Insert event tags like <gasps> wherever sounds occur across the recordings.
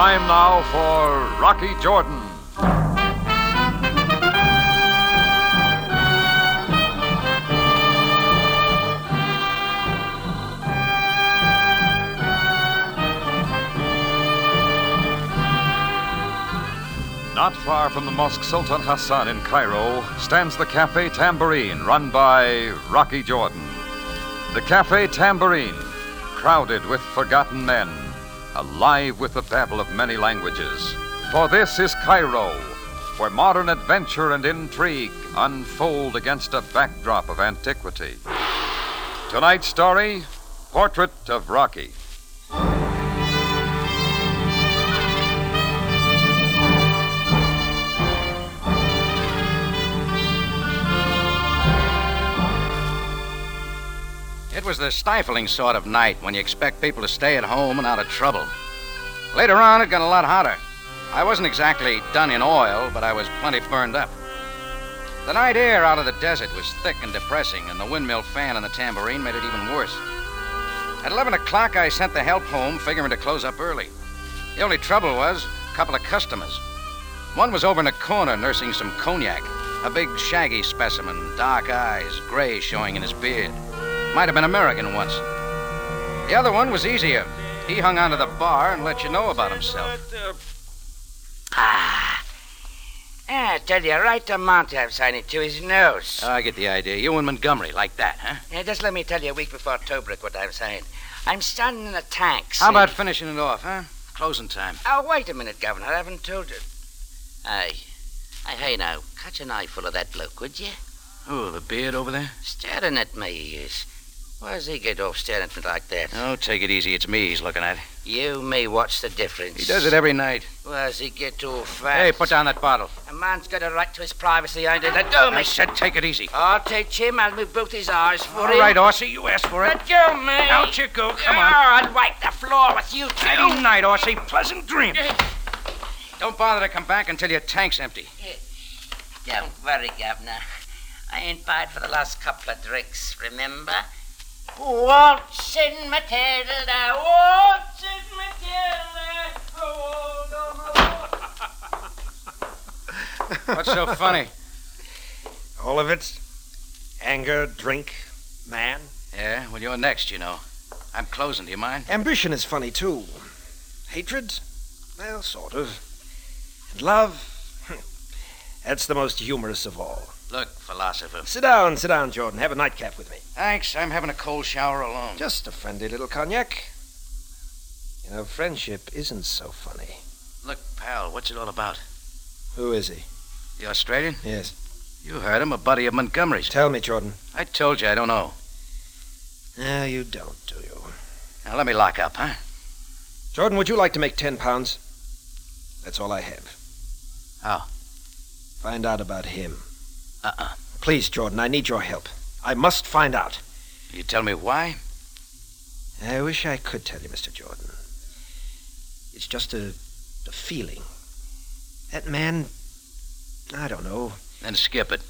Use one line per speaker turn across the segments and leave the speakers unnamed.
Time now for Rocky Jordan. Not far from the Mosque Sultan Hassan in Cairo stands the Cafe Tambourine, run by Rocky Jordan. The Cafe Tambourine, crowded with forgotten men, alive with the babble of many languages. For this is Cairo, where modern adventure and intrigue unfold against a backdrop of antiquity. Tonight's story Portrait of Rocky.
It was the stifling sort of night when you expect people to stay at home and out of trouble. Later on, it got a lot hotter. I wasn't exactly done in oil, but I was plenty burned up. The night air out of the desert was thick and depressing, and the windmill fan and the tambourine made it even worse. At 11 o'clock, I sent the help home, figuring to close up early. The only trouble was a couple of customers. One was over in a corner nursing some cognac, a big, shaggy specimen, dark eyes, gray showing in his beard. Might have been American once. The other one was easier. He hung onto the bar and let you know about himself.
Ah. Ah, I tell you, right amount of signing to his nose.
Uh, I get the idea. You and Montgomery, like that, huh?
Now, just let me tell you a week before Tobruk what I'm saying. I'm starting in the tanks.
How about finishing it off, huh? Closing time.
Oh, wait a minute, Governor. I haven't told you. Hey. Hey, hey now. Catch an eyeful of that bloke, would you?
Oh, the beard over there?
Staring at me, he is. Why does he get off staring at me like that?
Oh, take it easy. It's me he's looking at.
You, me, what's the difference?
He does it every night.
Why does he get all fat?
Hey, put down that bottle.
A man's got a right to his privacy, ain't he? Let go,
I
me.
said take it easy.
I'll teach him. I'll move both his eyes for
All
him.
right, Orsi, you asked for it.
Let go, me.
Out you go. Come
Oh,
on.
I'd wipe the floor with you two.
Good night, Orsi. Pleasant dreams. Don't bother to come back until your tank's empty.
Don't worry, Governor. I ain't bad for the last couple of drinks, remember? Waltzing Matilda, waltzing Matilda. Oh,
What's <laughs> so funny?
All of it? Anger, drink, man?
Yeah, well, you're next, you know. I'm closing. Do you mind?
Ambition is funny, too. Hatred? Well, sort of. And love? Hmm. That's the most humorous of all.
Look, philosopher.
Sit down, sit down, Jordan. Have a nightcap with me.
Thanks. I'm having a cold shower alone.
Just a friendly little cognac. You know, friendship isn't so funny.
Look, pal, what's it all about?
Who is he?
You Australian?
Yes.
You heard him, a buddy of Montgomery's.
Tell me, Jordan.
I told you I don't know.
No, you don't, do you?
Now let me lock up, huh?
Jordan, would you like to make ten pounds? That's all I have.
How?
Find out about him.
Uh-uh.
Please, Jordan, I need your help. I must find out.
You tell me why?
I wish I could tell you, Mr. Jordan. It's just a, a feeling. That man, I don't know.
Then skip it.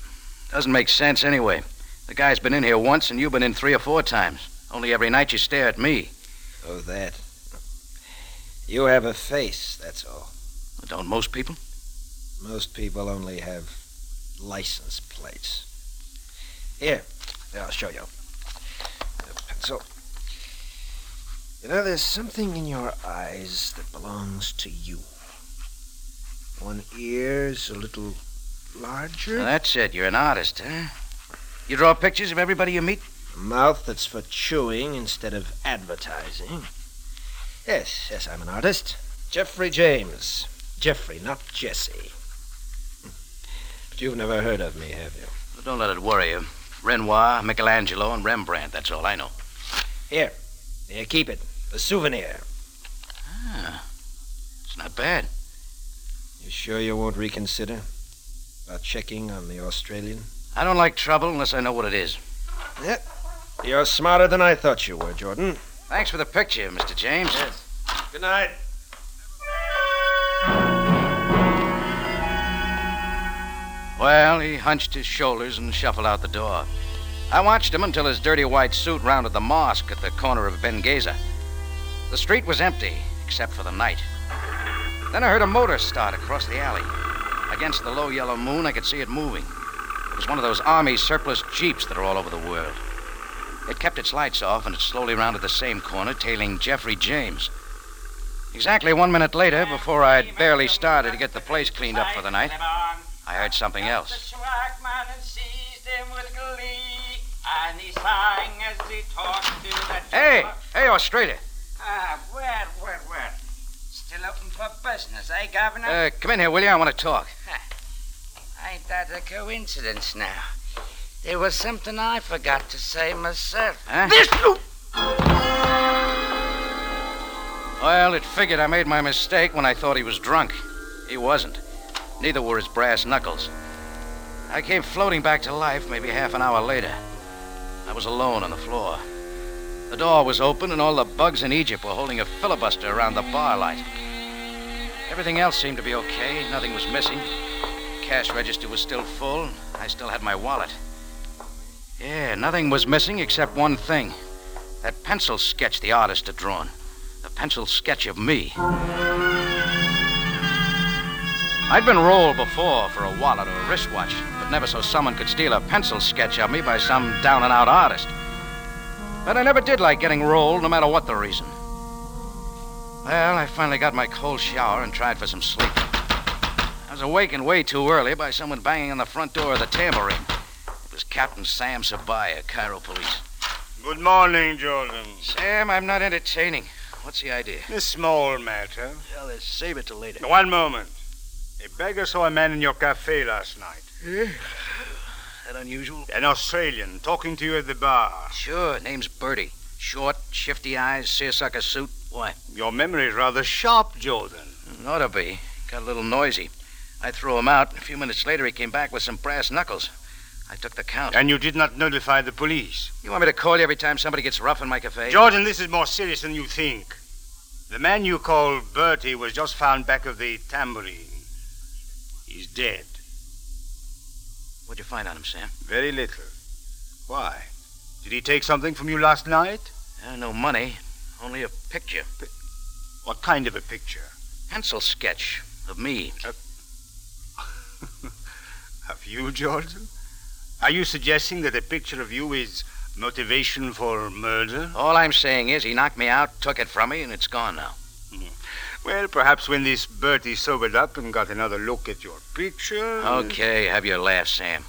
Doesn't make sense anyway. The guy's been in here once, and you've been in three or four times. Only every night you stare at me.
Oh, that. You have a face, that's all.
Well, Don't most people?
Most people only have license plates. Here, here, I'll show you. A pencil. You know, there's something in your eyes that belongs to you. One ear's a little larger.
Well, that's it. You're an artist, huh? You draw pictures of everybody you meet?
Mouth that's for chewing instead of advertising. Yes, yes, I'm an artist. Jeffrey James. Jeffrey, not Jesse. <laughs> But you've never heard of me, have you?
Well, don't let it worry you. Renoir, Michelangelo, and Rembrandt, that's all I know.
Here, keep it. A souvenir.
Ah, it's not bad.
You sure you won't reconsider? About checking on the Australian?
I don't like trouble unless I know what it is.
You're smarter than I thought you were, Jordan.
Thanks for the picture, Mr. James.
Good night.
Well, he hunched his shoulders and shuffled out the door. I watched him until his dirty white suit rounded the mosque at the corner of Ben Gaza. The street was empty, except for the night. Then I heard a motor start across the alley. Against the low yellow moon, I could see it moving. It was one of those army surplus jeeps that are all over the world. It kept its lights off and it slowly rounded the same corner, tailing Jeffrey James. Exactly one minute later, before I'd barely started to get the place cleaned up for the night, I heard something else.
The swagman seized him with glee, and he sang as he talked to the
Hey,
dog.
hey, Australia.
Ah, well, well, well. Still open for business, eh, Governor?
Uh, come in here, will you? I want to talk.
Ain't that a coincidence now? There was something I forgot to say myself.
Huh?
This.
Well, it figured I made my mistake when I thought he was drunk. He wasn't. Neither were his brass knuckles. I came floating back to life maybe half an hour later. I was alone on the floor. The door was open, and all the bugs in Egypt were holding a filibuster around the bar light. Everything else seemed to be okay. Nothing was missing. Cash register was still full. I still had my wallet. Yeah, nothing was missing except one thing that pencil sketch the artist had drawn. A pencil sketch of me. I'd been rolled before for a wallet or a wristwatch, but never so someone could steal a pencil sketch of me by some down and out artist. But I never did like getting rolled, no matter what the reason. Well, I finally got my cold shower and tried for some sleep. I was awakened way too early by someone banging on the front door of the tambourine. It was Captain Sam Sabaya, Cairo Police.
Good morning, Jordan.
Sam, I'm not entertaining. What's the idea?
A small matter.
Well, let's save it till later.
One moment. A beggar saw a man in your cafe last night.
That unusual?
An Australian talking to you at the bar.
Sure. Name's Bertie. Short, shifty eyes, seersucker suit. Why?
Your memory is rather sharp, Jordan.
Ought to be. Got a little noisy. I threw him out. A few minutes later, he came back with some brass knuckles. I took the count.
And you did not notify the police.
You want me to call you every time somebody gets rough in my cafe?
Jordan, this is more serious than you think. The man you call Bertie was just found back of the tambourine. He's dead.
What'd you find on him, Sam?
Very little. Why? Did he take something from you last night?
Uh, no money. Only a picture.
What kind of a picture?
Pencil sketch of me.
Of you, Jordan? Are you suggesting that a picture of you is motivation for murder?
All I'm saying is he knocked me out, took it from me, and it's gone now.
Well, perhaps when this Bertie sobered up and got another look at your picture.
Okay, have your laugh, Sam.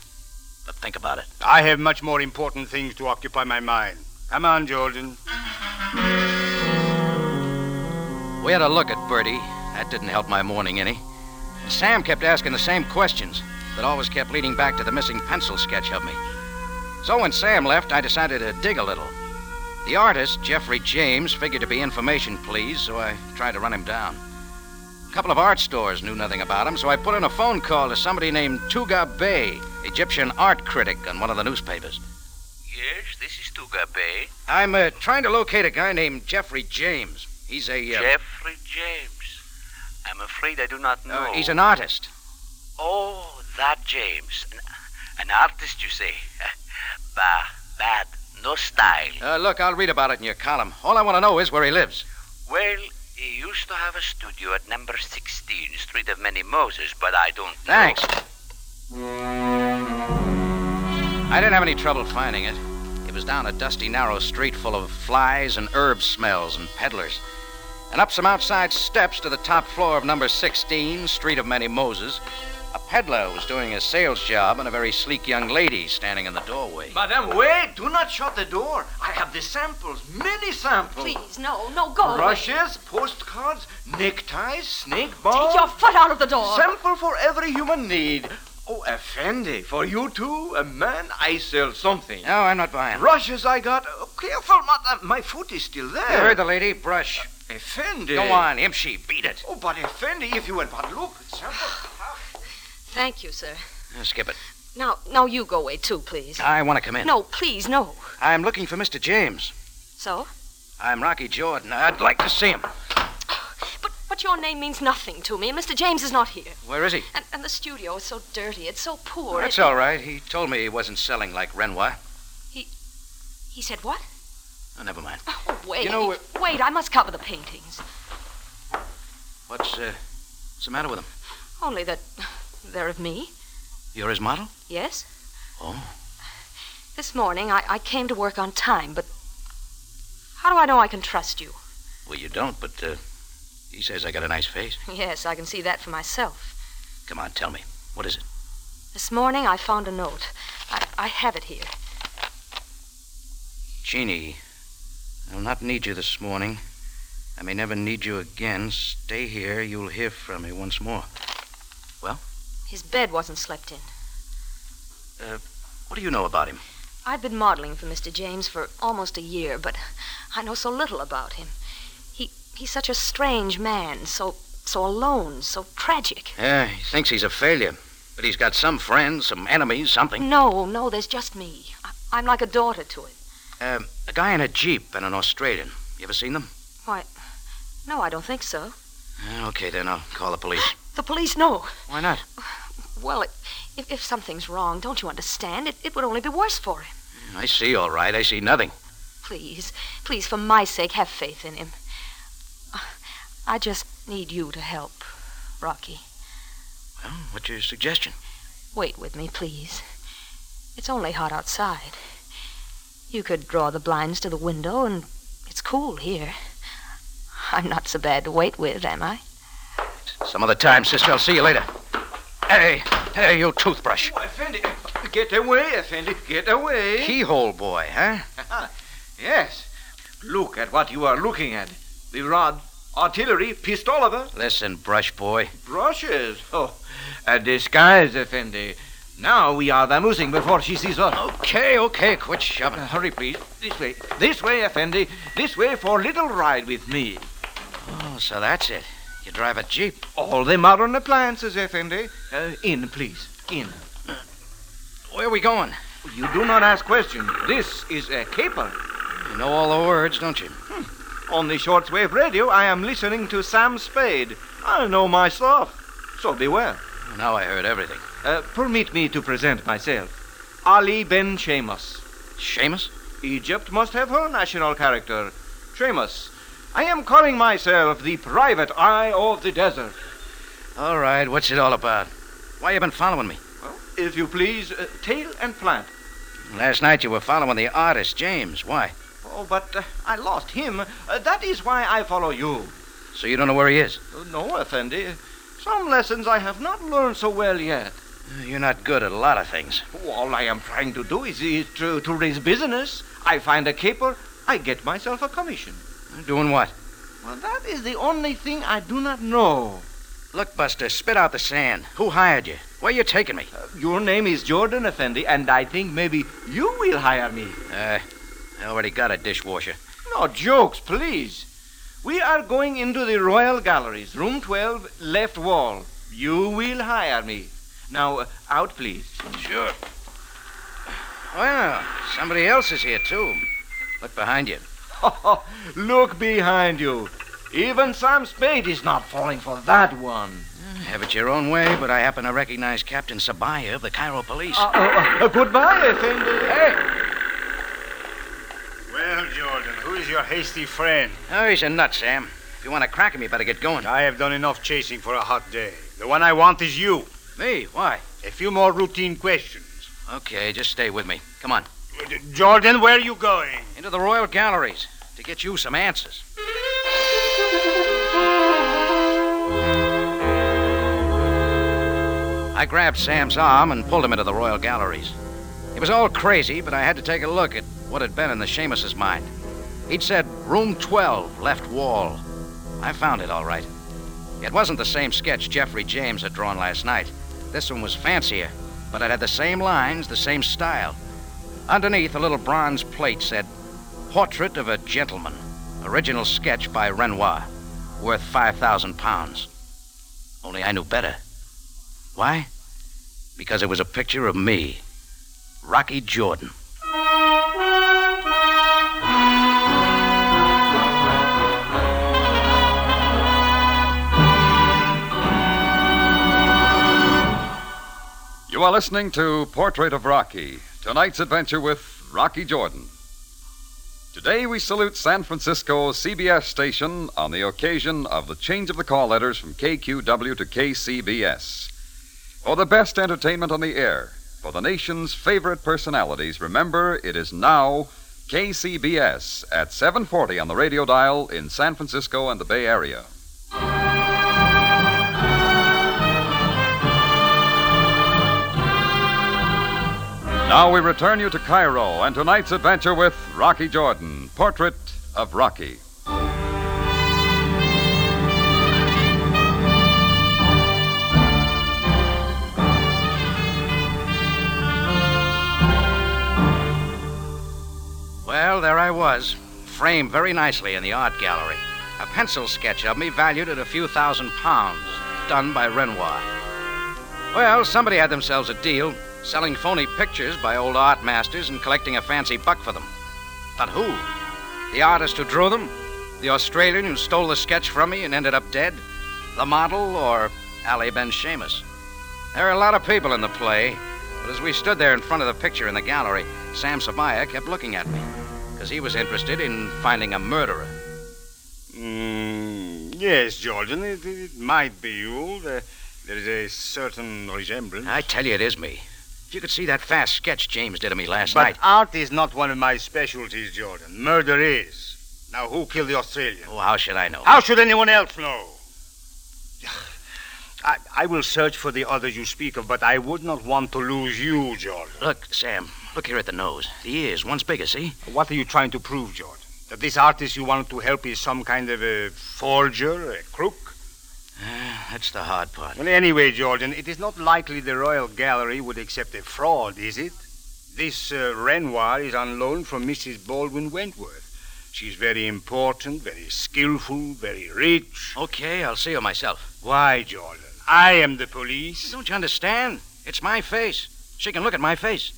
But think about it.
I have much more important things to occupy my mind. Come on, Jordan.
We had a look at Bertie. That didn't help my morning any. Sam kept asking the same questions that always kept leading back to the missing pencil sketch of me. So when Sam left, I decided to dig a little. The artist, Jeffrey James, figured to be information please, so I tried to run him down. A couple of art stores knew nothing about him, so I put in a phone call to somebody named Tuga Bey, Egyptian art critic on one of the newspapers.
Yes, this is Tuga Bey.
I'm uh, trying to locate a guy named Jeffrey James. He's a. Uh,
Jeffrey James. I'm afraid I do not know.
uh, he's an artist.
Oh, that James. An, an artist, you say? <laughs> bah, bad. No style.
Uh, look, I'll read about it in your column. All I want to know is where he lives.
Well, he used to have a studio at number 16, Street of Many Moses, but I don't know.
Thanks. I didn't have any trouble finding it. It was down a dusty, narrow street full of flies and herb smells and peddlers. And up some outside steps to the top floor of number 16, Street of Many Moses, a peddler was doing a sales job and a very sleek young lady standing in the doorway.
Madame, wait! Do not shut the door. I have the samples, many samples.
Please, no, no, go away.
Brushes, postcards, neckties, snake
Take your
balls.
foot out of the door.
Sample for every human need. Oh, Effendi, for you too, a man, I sell something.
No, I'm not buying.
Brushes I got. Oh, careful, madame. My foot is still
You
there.
heard the lady? Brush.
Effendi.
Go on, Imshi, beat it.
Oh, but Effendi, if you had but look, sample.
Thank you, sir.
Uh, Skip it.
Now, now you go away too, please.
I want to come in.
No, please, no.
I'm looking for Mr. James.
So,
I'm Rocky Jordan. I'd like to see him.
but but your name means nothing to me. and Mr. James is not here,
Where is he?
and, and the studio is so dirty. It's so poor.
That's
It-
all right. He told me he wasn't selling like Renoir.
He said what?
Oh, never mind.
Oh, wait,
You know,
wait! I must cover the paintings.
What's uh, What's the matter with him?
Only that they're of me.
You're his model?
Yes?
Oh.
This morning I, I came to work on time, but how do I know I can trust you? <laughs>
Well, you don't, but uh, he says I got a nice face.
Yes, I can see that for myself.
Come on, tell me. What is it?
This morning I found a note. I, I have it here.
Jeannie, I'll not need you this morning. I may never need you again. Stay here. You'll hear from me once more.
His bed wasn't slept in.
What do you know about him?
I've been modeling for Mr. James for almost a year, but I know so little about him. He he's such a strange man, so so alone, so tragic.
Yeah, Uh, he thinks he's a failure. But he's got some friends, some enemies, something.
No, no, there's just me. I, I'm like a daughter to him.
Um, a guy in a Jeep and an Australian. You ever seen them?
No, I don't think so.
Uh, okay, then I'll call the police.
The police know.
<gasps> Why not?
Well, it, if if something's wrong, don't you understand? It it would only be worse for him.
I see, all right. I see nothing.
Please, please, for my sake, have faith in him. I just need you to help, Rocky.
Well, what's your suggestion?
Wait with me, please. It's only hot outside. You could draw the blinds to the window, and it's cool here. I'm not so bad to wait with, am I?
Some other time, sister. I'll see you later. Hey, hey, you toothbrush.
Oh, Effendi, get away, Effendi, get away.
Keyhole boy, huh?
Yes. Look at what you are looking at. The rod, artillery, pistoliver,
Listen, brush boy.
brushes. Oh, a disguise, Effendi. Now we are vamoosing before she sees us.
Okay, okay, quit shoving.
Uh, hurry, please. This way. This way, Effendi. This way for little ride with me.
Oh, so that's it. You drive a Jeep.
All the modern appliances, Effendi. Uh, in, please. In.
Where are we going?
You do not ask questions. This is a caper.
You know all the words, don't you?
On the shortwave radio, I am listening to Sam Spade. I know my stuff. So beware.
Now I heard everything.
Uh, permit me to present myself. Ali Ben Shemus.
Seamus?
Egypt must have her national character. Seamus, I am calling myself the private eye of the desert.
All right, what's it all about? Why you been following me?
Well, if you please, uh, tail and plant.
Last night you were following the artist, James. Why?
Oh, but uh, I lost him. Uh, that is why I follow you.
So you don't know where he is?
Uh, No, Effendi. Some lessons I have not learned so well yet.
You're not good at a lot of things.
All I am trying to do is, is to, to raise business. I find a caper, I get myself a commission.
Doing what?
Well, that is the only thing I do not know.
Look, Buster, spit out the sand. Who hired you? Where you taking me?
Uh, Your name is Jordan Effendi, and I think maybe you will hire me.
Uh, I already got a dishwasher.
No jokes, please. We are going into the Royal Galleries, room 12, left wall. You will hire me. Now, uh, out, please.
Sure. Well, somebody else is here, too. Look behind you.
<laughs> Look behind you. Even Sam Spade is not falling for that one.
Have it your own way, but I happen to recognize Captain Sabaya of the Cairo police.
Uh, uh, uh, goodbye, Effendi.
Well, Jordan, who is your hasty friend?
Oh, he's a nut, Sam. If you want to crack him, you better get going.
I have done enough chasing for a hot day. The one I want is you.
Me? Why?
A few more routine questions.
Okay, just stay with me. Come on.
Jordan, where are you going?
Into the Royal Galleries to get you some answers. I grabbed Sam's arm and pulled him into the Royal Galleries. It was all crazy, but I had to take a look at what had been in the Seamus's mind. He'd said room 12, left wall. I found it all right. It wasn't the same sketch Jeffrey James had drawn last night. This one was fancier, but it had the same lines, the same style. Underneath, a little bronze plate said, Portrait of a Gentleman. Original sketch by Renoir. Worth 5,000 pounds. Only I knew better. Why? Because it was a picture of me, Rocky Jordan.
You are listening to Portrait of Rocky, tonight's adventure with Rocky Jordan.
Today we salute San Francisco's CBS station on the occasion of the change of the call letters from KQW to KCBS. For the best entertainment on the air, for the nation's favorite personalities, remember it is now KCBS at 740 on the radio dial in San Francisco and the Bay Area. Now we return you to Cairo and tonight's adventure with Rocky Jordan, Portrait of Rocky.
Well, there I was, framed very nicely in the art gallery. A pencil sketch of me valued at a few thousand pounds, done by Renoir. Well, somebody had themselves a deal, selling phony pictures by old art masters and collecting a fancy buck for them. But who? The artist who drew them? The Australian who stole the sketch from me and ended up dead? The model or Ali Ben Seamus? There are a lot of people in the play, but as we stood there in front of the picture in the gallery, Sam Sabaya kept looking at me, because he was interested in finding a murderer.
Mm, yes, Jordan, it, it might be you. There, there is a certain resemblance.
I tell you, it is me. If you could see that fast sketch James did of me last
but
night.
art is not one of my specialties, Jordan. Murder is. Now, who killed the Australian?
Oh, how should I know?
How should anyone else know? <sighs> I, I will search for the others you speak of, but I would not want to lose you, Jordan.
Look, Sam, look here at the nose. The ears, one's bigger, see?
What are you trying to prove, Jordan? That this artist you want to help is some kind of a forger, a crook?
Ah, that's the hard part.
Well, anyway, Jordan, it is not likely the Royal Gallery would accept a fraud, is it? This uh, Renoir is on loan from Mrs. Baldwin Wentworth. She's very important, very skillful, very rich.
Okay, I'll see her myself.
Why, Jordan? I am the police. <laughs>
Don't you understand? It's my face. She can look at my face.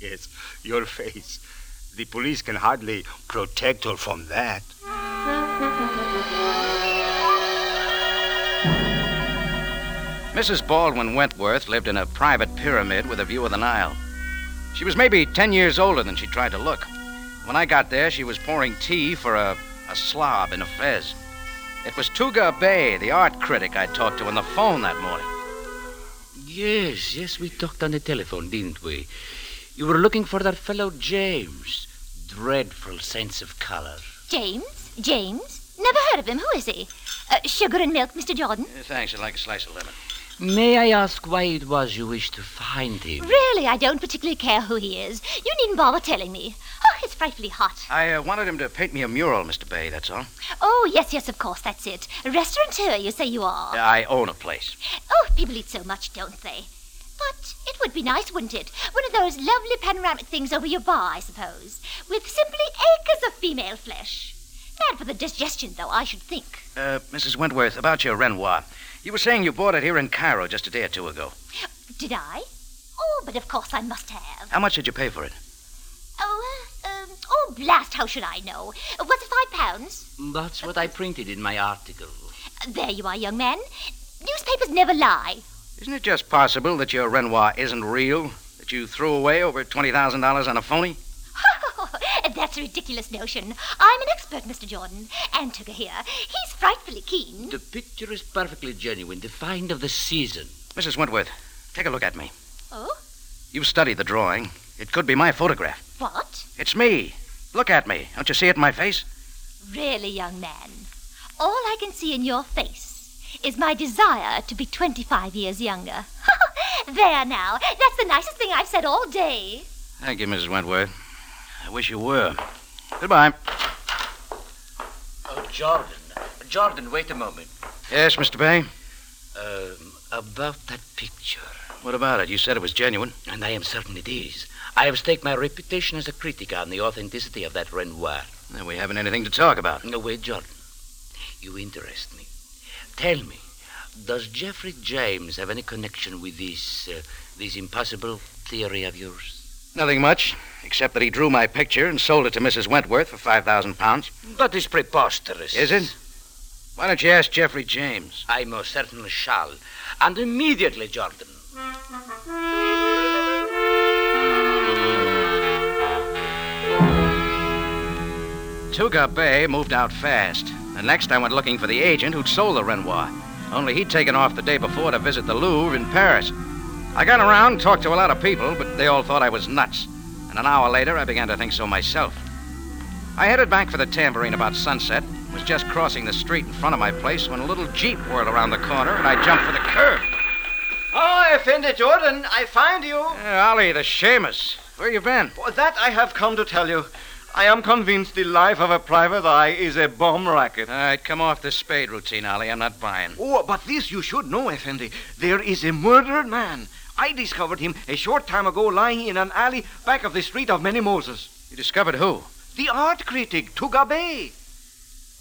yes, your face. The police can hardly protect her from that.
Mrs. Baldwin Wentworth lived in a private pyramid with a view of the Nile. She was maybe 10 years older than she tried to look. When I got there, she was pouring tea for a, a slob in a fez. It was Tuga Bay, the art critic I talked to on the phone that morning.
Yes, yes, we talked on the telephone, didn't we? You were looking for that fellow James. Dreadful sense of color.
James? James? Never heard of him. Who is he? Uh, sugar and milk, Mr. Jordan.
Uh, Thanks, I'd like a slice of lemon.
May I ask why it was you wished to find him?
Really, I don't particularly care who he is. You needn't bother telling me. Oh, it's frightfully hot.
I uh, wanted him to paint me a mural, Mr. Bay, that's all.
Oh, yes, yes, of course, that's it. A restaurateur, you say you
Uh,
are.
I own a place.
Oh, people eat so much, don't they? But it would be nice, wouldn't it? One of those lovely panoramic things over your bar, I suppose, with simply acres of female flesh. Bad for the digestion, though, I should think.
Uh, Mrs. Wentworth, about your Renoir. You were saying you bought it here in Cairo just a day or two ago.
Did I? Oh, but of course I must have.
How much did you pay for it?
Oh, uh, um, oh, blast, how should I know? Uh, Was it five pounds?
That's what I printed in my article.
Uh, There you are, young man. Newspapers never lie. <laughs>
Isn't it just possible that your Renoir isn't real? That you threw away over $20,000 on a phony?
That's a ridiculous notion. I'm an expert, Mr. Jordan. And Tugger here. He's frightfully keen.
The picture is perfectly genuine, the find of the season.
Mrs. Wentworth, take a look at me.
Oh,
You've studied the drawing. It could be my photograph.
what?
It's me. Look at me. Don't you see it in my face?
Really, young man. All I can see in your face is my desire to be 25 years younger. <laughs> there now. That's the nicest thing I've said all day.
Thank you, Mrs. Wentworth. I wish you were. Goodbye.
Oh, Jordan. Jordan, wait a moment.
Yes, Mr. Bay.
Um, about that picture.
What about it? You said it was genuine.
And I am certain it is. I have staked my reputation as a critic on the authenticity of that Renoir.
Then we haven't anything to talk about.
No, wait, Jordan. You interest me. Tell me, does Jeffrey James have any connection with this, uh, this impossible theory of yours?
Nothing much, except that he drew my picture and sold it to Mrs. Wentworth for 5,000 pounds.
That is preposterous.
Is it? Why don't you ask Jeffrey James?
I most certainly shall. And immediately, Jordan.
Now
Tuga Bay moved out fast. And next I went looking for the agent who'd sold the Renoir. Only he'd taken off the day before to visit the Louvre in Paris. I got around, talked to a lot of people, but they all thought I was nuts. And an hour later, I began to think so myself. I headed back for the tambourine about sunset, was just crossing the street in front of my place when a little jeep whirled around the corner and I jumped for the curb.
Oh, Effendi Jordan, I find you.
Yeah, Eh, Ali, the Seamus. Where you been?
For that I have come to tell you. I am convinced the life of a private eye is a bomb racket.
All right, Eh, come off the spade routine, Ali. I'm not buying.
Oh, but this you should know, Effendi. There is a murdered man. I discovered him a short time ago lying in an alley back of the street of Many Moses.
You discovered who?
The art critic, Tugabe.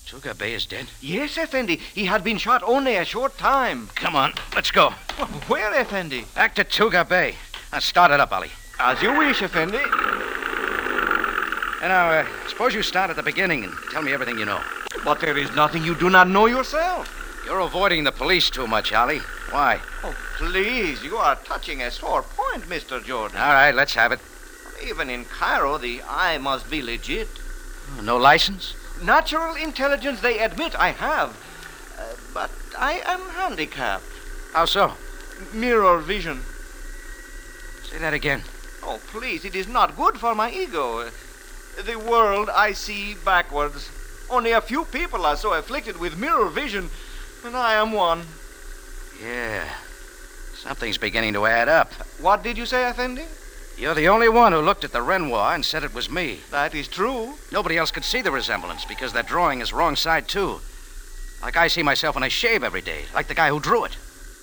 Tugabe is dead?
Yes, Effendi. He had been shot only a short time.
Come on, let's go.
Well, where, Effendi?
Back to Tugabe. Now start it up, Ali.
As you wish, Effendi.
And now, uh, suppose you start at the beginning and tell me everything you know.
But there is nothing you do not know yourself.
You're avoiding the police too much, Ollie. Why?
Oh, please, you are touching a sore point, Mr. Jordan.
All right, let's have it.
Even in Cairo, the eye must be legit.
No license?
Natural intelligence, they admit I have. Uh, but I am handicapped.
How so?
Mirror vision.
Say that again.
Oh, please, it is not good for my ego. The world I see backwards. Only a few people are so afflicted with mirror vision, and I am one.
Yeah. Something's beginning to add up.
What did you say, Effendi?
You're the only one who looked at the Renoir and said it was me.
That is true.
Nobody else could see the resemblance because that drawing is wrong side, too. Like I see myself when I shave every day, like the guy who drew it.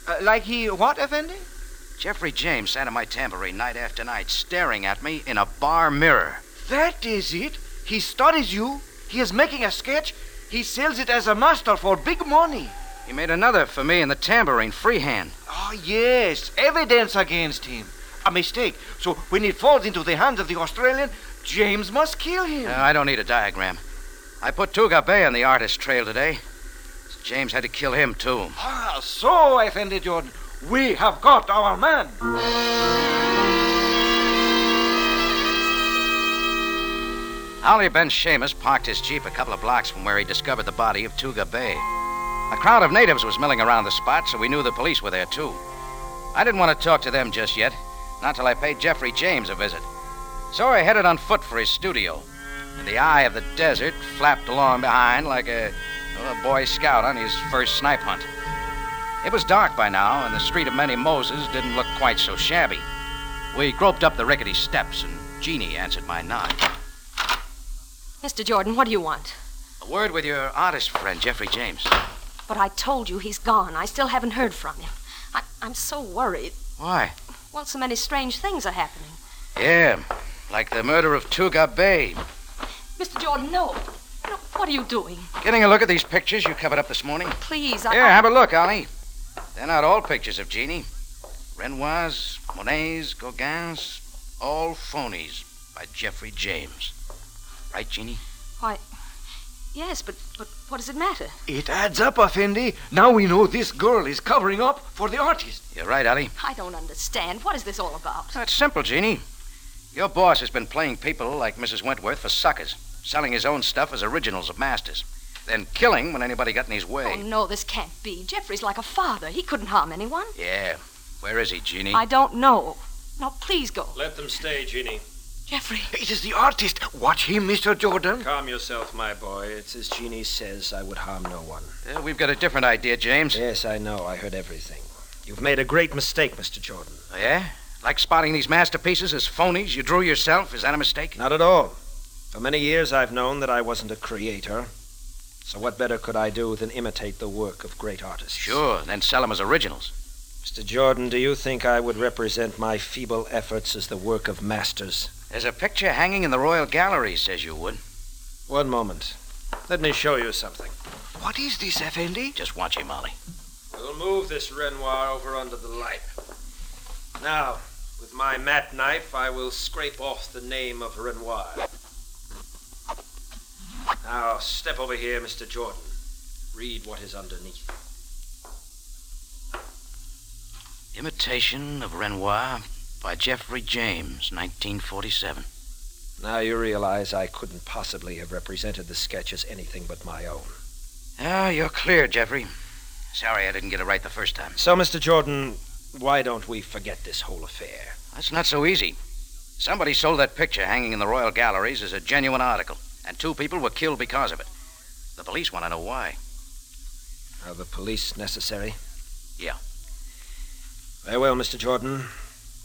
Uh, like he what, Effendi?
Jeffrey James sat at my tambourine night after night, staring at me in a bar mirror.
That is it. He studies you. He is making a sketch. He sells it as a master for big money.
He made another for me in the tambourine, freehand.
Oh, yes. Evidence against him. A mistake. So when it falls into the hands of the Australian, James must kill him.
No, Uh, I don't need a diagram. I put Tuga Bay on the artist trail today. So James had to kill him, too.
Ah, so, Effendi Jordan, we have got our man.
Ollie Ben Seamus parked his jeep a couple of blocks from where he discovered the body of Tuga Bay. A crowd of natives was milling around the spot, so we knew the police were there, too. I didn't want to talk to them just yet, not till I paid Jeffrey James a visit. So I headed on foot for his studio. And the eye of the desert flapped along behind like a, well, a boy scout on his first snipe hunt. It was dark by now, and the street of Many Moses didn't look quite so shabby. We groped up the rickety steps, and Jeannie answered my knock.
Mr. Jordan, what do you want?
A word with your artist friend, Jeffrey James.
But I told you he's gone. I still haven't heard from him. I, am so worried.
Why?
Well, so many strange things are happening.
Yeah, like the murder of Tuga Bay.
Mr. Jordan, no. No, what are you doing?
Getting a look at these pictures you covered up this morning.
Please,
I.
Yeah, I...
have a look, Ollie. They're not all pictures of Jeannie. Renoir's, Monet's, Gauguin's, all phonies by Jeffrey James. Right, Jeannie?
Why, yes, but, but what does it matter?
It adds up, Effendi. Now we know this girl is covering up for the artist.
You're right, Ali.
I don't understand. What is this all about?
That's simple, Jeannie. Your boss has been playing people like Mrs. Wentworth for suckers, selling his own stuff as originals of masters, then killing when anybody got in his way.
Oh, no, this can't be. Jeffrey's like a father. He couldn't harm anyone.
Yeah. Where is he, Jeannie?
I don't know. Now, please go.
Let them stay, Jeannie.
Jeffrey.
It is the artist. Watch him, Mr. Jordan.
Calm yourself, my boy. It's as Jeannie says, I would harm no one.
Uh, we've got a different idea, James.
Yes, I know. I heard everything. You've made a great mistake, Mr. Jordan.
Oh, yeah? Like spotting these masterpieces as phonies you drew yourself? Is that a mistake?
Not at all. For many years, I've known that I wasn't a creator. So what better could I do than imitate the work of great artists?
Sure, then sell them as originals.
Mr. Jordan, do you think I would represent my feeble efforts as the work of masters?
There's a picture hanging in the Royal Gallery, says you would.
One moment. Let me show you something.
What is this, Effendi?
Just watch him, Ollie.
We'll move this Renoir over under the light. Now, with my mat knife, I will scrape off the name of Renoir. Now, step over here, Mr. Jordan. Read what is underneath.
Imitation of Renoir by Jeffrey James, 1947.
Now you realize I couldn't possibly have represented the sketch as anything but my own.
Ah, you're clear, Jeffrey. Sorry I didn't get it right the first time.
So, Mr. Jordan, why don't we forget this whole affair?
That's not so easy. Somebody sold that picture hanging in the Royal Galleries as a genuine article, and two people were killed because of it. The police want to know why.
Are the police necessary?
Yeah.
Very well, Mr. Jordan.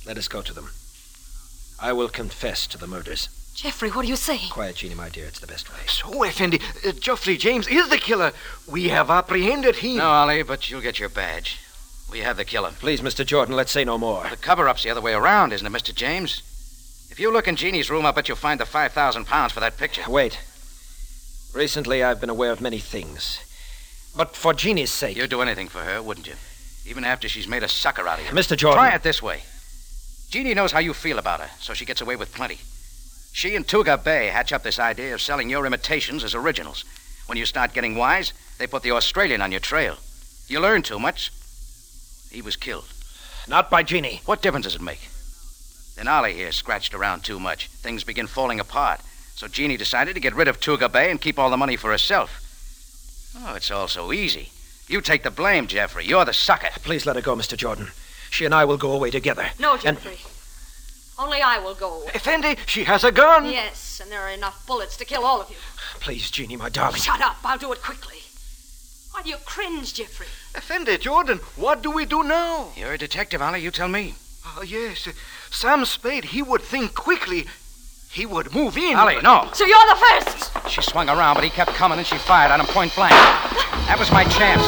Let us go to them. I will confess to the murders.
Jeffrey, what do you say?
Quiet, Jeannie, my dear. It's the best way.
So, Effendi, uh, Geoffrey James is the killer. We have apprehended him.
No, Ollie, but you'll get your badge. We have the killer.
Please, Mr. Jordan, let's say no more.
The cover up's the other way around, isn't it, Mr. James? If you look in Jeannie's room, I'll bet you'll find the 5,000 pounds for that picture.
Wait. Recently, I've been aware of many things. But for Jeannie's sake.
You'd do anything for her, wouldn't you? Even after she's made a sucker out of you.
Mr. Jordan.
Try it this way. Jeannie knows how you feel about her, so she gets away with plenty. She and Tuga Bay hatch up this idea of selling your imitations as originals. When you start getting wise, they put the Australian on your trail. You learn too much. He was killed.
Not by Jeannie.
What difference does it make? Then Ollie here scratched around too much. Things begin falling apart. So Jeannie decided to get rid of Tuga Bay and keep all the money for herself. Oh, it's all so easy. You take the blame, Jeffrey. You're the sucker.
Please let her go, Mr. Jordan. She and I will go away together.
No, Jeffrey. And... Only I will go.
Effendi, she has a gun.
Yes, and there are enough bullets to kill all of you.
Please, Jeannie, my darling.
Shut up. I'll do it quickly. Why do you cringe, Jeffrey?
Effendi, Jordan, what do we do now?
You're a detective, Ollie. You tell me.
Oh, yes. Sam Spade, he would think quickly. He would move in.
Ollie,
but...
no.
So you're the first.
She swung around, but he kept coming, and she fired on him point blank. That was my chance.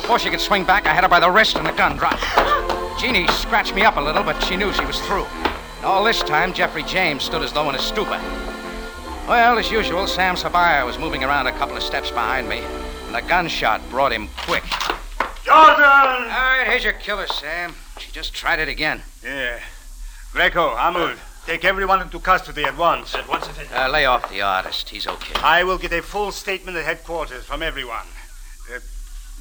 Before she could swing back, I had her by the wrist, and the gun dropped. Jeannie scratched me up a little, but she knew she was through. And all this time, Jeffrey James stood as though in a stupor. Well, as usual, Sam Sabaya was moving around a couple of steps behind me, and the gunshot brought him quick.
Jordan! All
right, here's your killer, Sam. She just tried it again.
Yeah. Greco, Amul, take everyone into custody at once.
At once, Effendi.
Uh, lay off the artist. He's okay.
I will get a full statement at headquarters from everyone. Uh,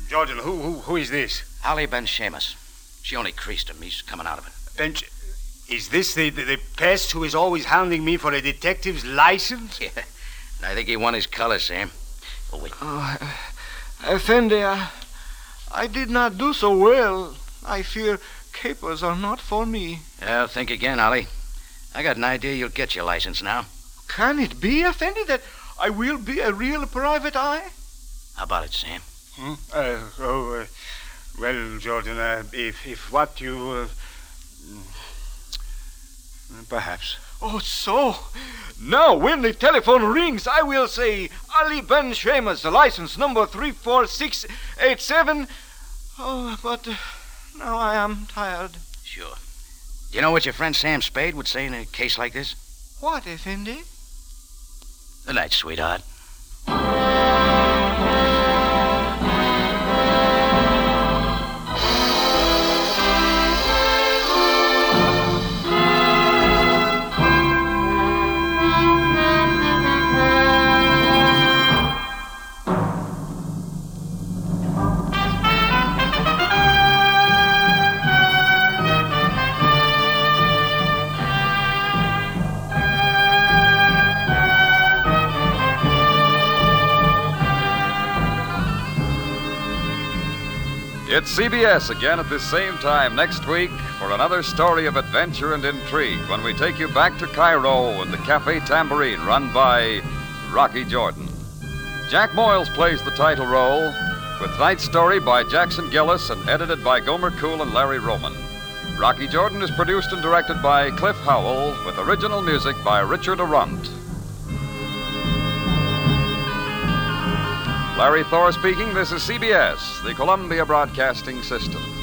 Jordan, who, who, who is this?
Ali Ben Sheamus. She only creased him. He's coming out of it.
Ben... Is this the, the, the pest who is always hounding me for a detective's license?
<laughs> Yeah. And I think he won his color, Sam. Oh, wait.
Oh, uh, Effendi, I, I did not do so well. I fear capers are not for me.
Well, think again, Ollie. I got an idea you'll get your license now.
Can it be, Effendi, that I will be a real private eye?
How about it, Sam?
Hmm? Uh, oh, uh, well, Jordan, uh, if, if what you. uh, perhaps.
Oh, so? Now, when the telephone rings, I will say Ali Ben Sheamus, license number 34687. Oh, but. No, I am tired.
Sure. Do you know what your friend Sam Spade would say in a case like this?
What, Effendi?
Good night, sweetheart.
It's CBS again at this same time next week for another story of adventure and intrigue when we take you back to Cairo and the Cafe Tambourine run by Rocky Jordan. Jack Moyles plays the title role, with tonight's story by Jackson Gillis and edited by Gomer Cool and Larry Roman. Rocky Jordan is produced and directed by Cliff Howell, with original music by Richard Arundt. Larry Thor speaking. This is CBS, the Columbia Broadcasting System.